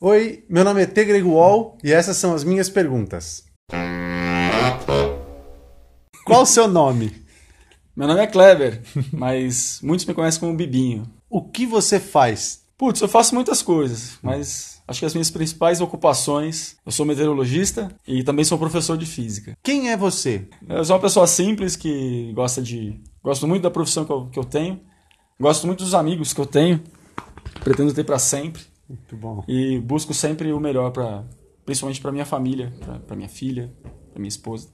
Oi, meu nome é Tegrego Wall e essas são as minhas perguntas. Qual o seu nome? Meu nome é Kleber, mas muitos me conhecem como Bibinho. O que você faz? Putz, eu faço muitas coisas, mas acho que as minhas principais ocupações, eu sou meteorologista e também sou professor de física. Quem é você? Eu sou uma pessoa simples que gosta de... Gosto muito da profissão que eu, que eu tenho, gosto muito dos amigos que eu tenho, pretendo ter para sempre Muito bom. e busco sempre o melhor para principalmente para minha família, para minha filha, para minha esposa.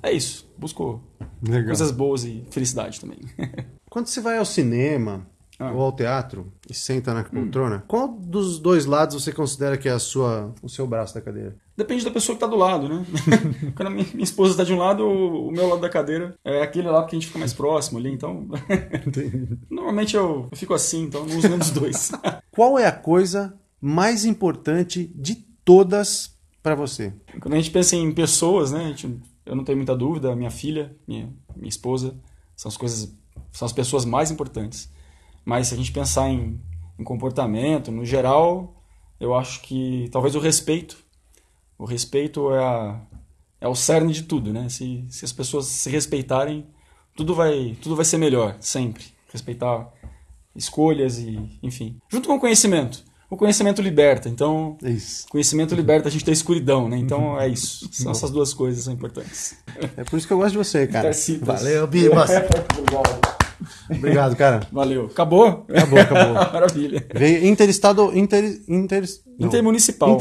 É isso, busco Legal. coisas boas e felicidade também. Quando você vai ao cinema Ah. ou ao teatro e senta na poltrona, qual dos dois lados você considera que é a sua, o seu braço da cadeira? Depende da pessoa que tá do lado, né? Quando a minha, minha esposa tá de um lado, o, o meu lado da cadeira é aquele lá que a gente fica mais próximo ali, então. Normalmente eu, eu fico assim, então não uso nenhum dos dois. Qual é a coisa mais importante de todas para você? Quando a gente pensa em pessoas, né? a gente- eu não tenho muita dúvida, minha filha, minha, minha esposa, são as coisas, são as pessoas mais importantes. Mas se a gente pensar em, em comportamento, no geral, eu acho que talvez o respeito. O respeito é, a- é o cerne de tudo, né? Se, se as pessoas se respeitarem, tudo vai, tudo vai ser melhor, sempre. Respeitar escolhas e, enfim. Junto com o conhecimento. O conhecimento liberta, então É isso. Conhecimento liberta a gente da escuridão, né? Uhum. Então é isso. São essas duas coisas que são importantes. É por isso que eu gosto de você, cara. Tercitas. Valeu, Bibas. Obrigado, cara. Valeu. Acabou? Acabou, acabou. Maravilha. Veio Interestado. Inter, inter, não. Intermunicipal.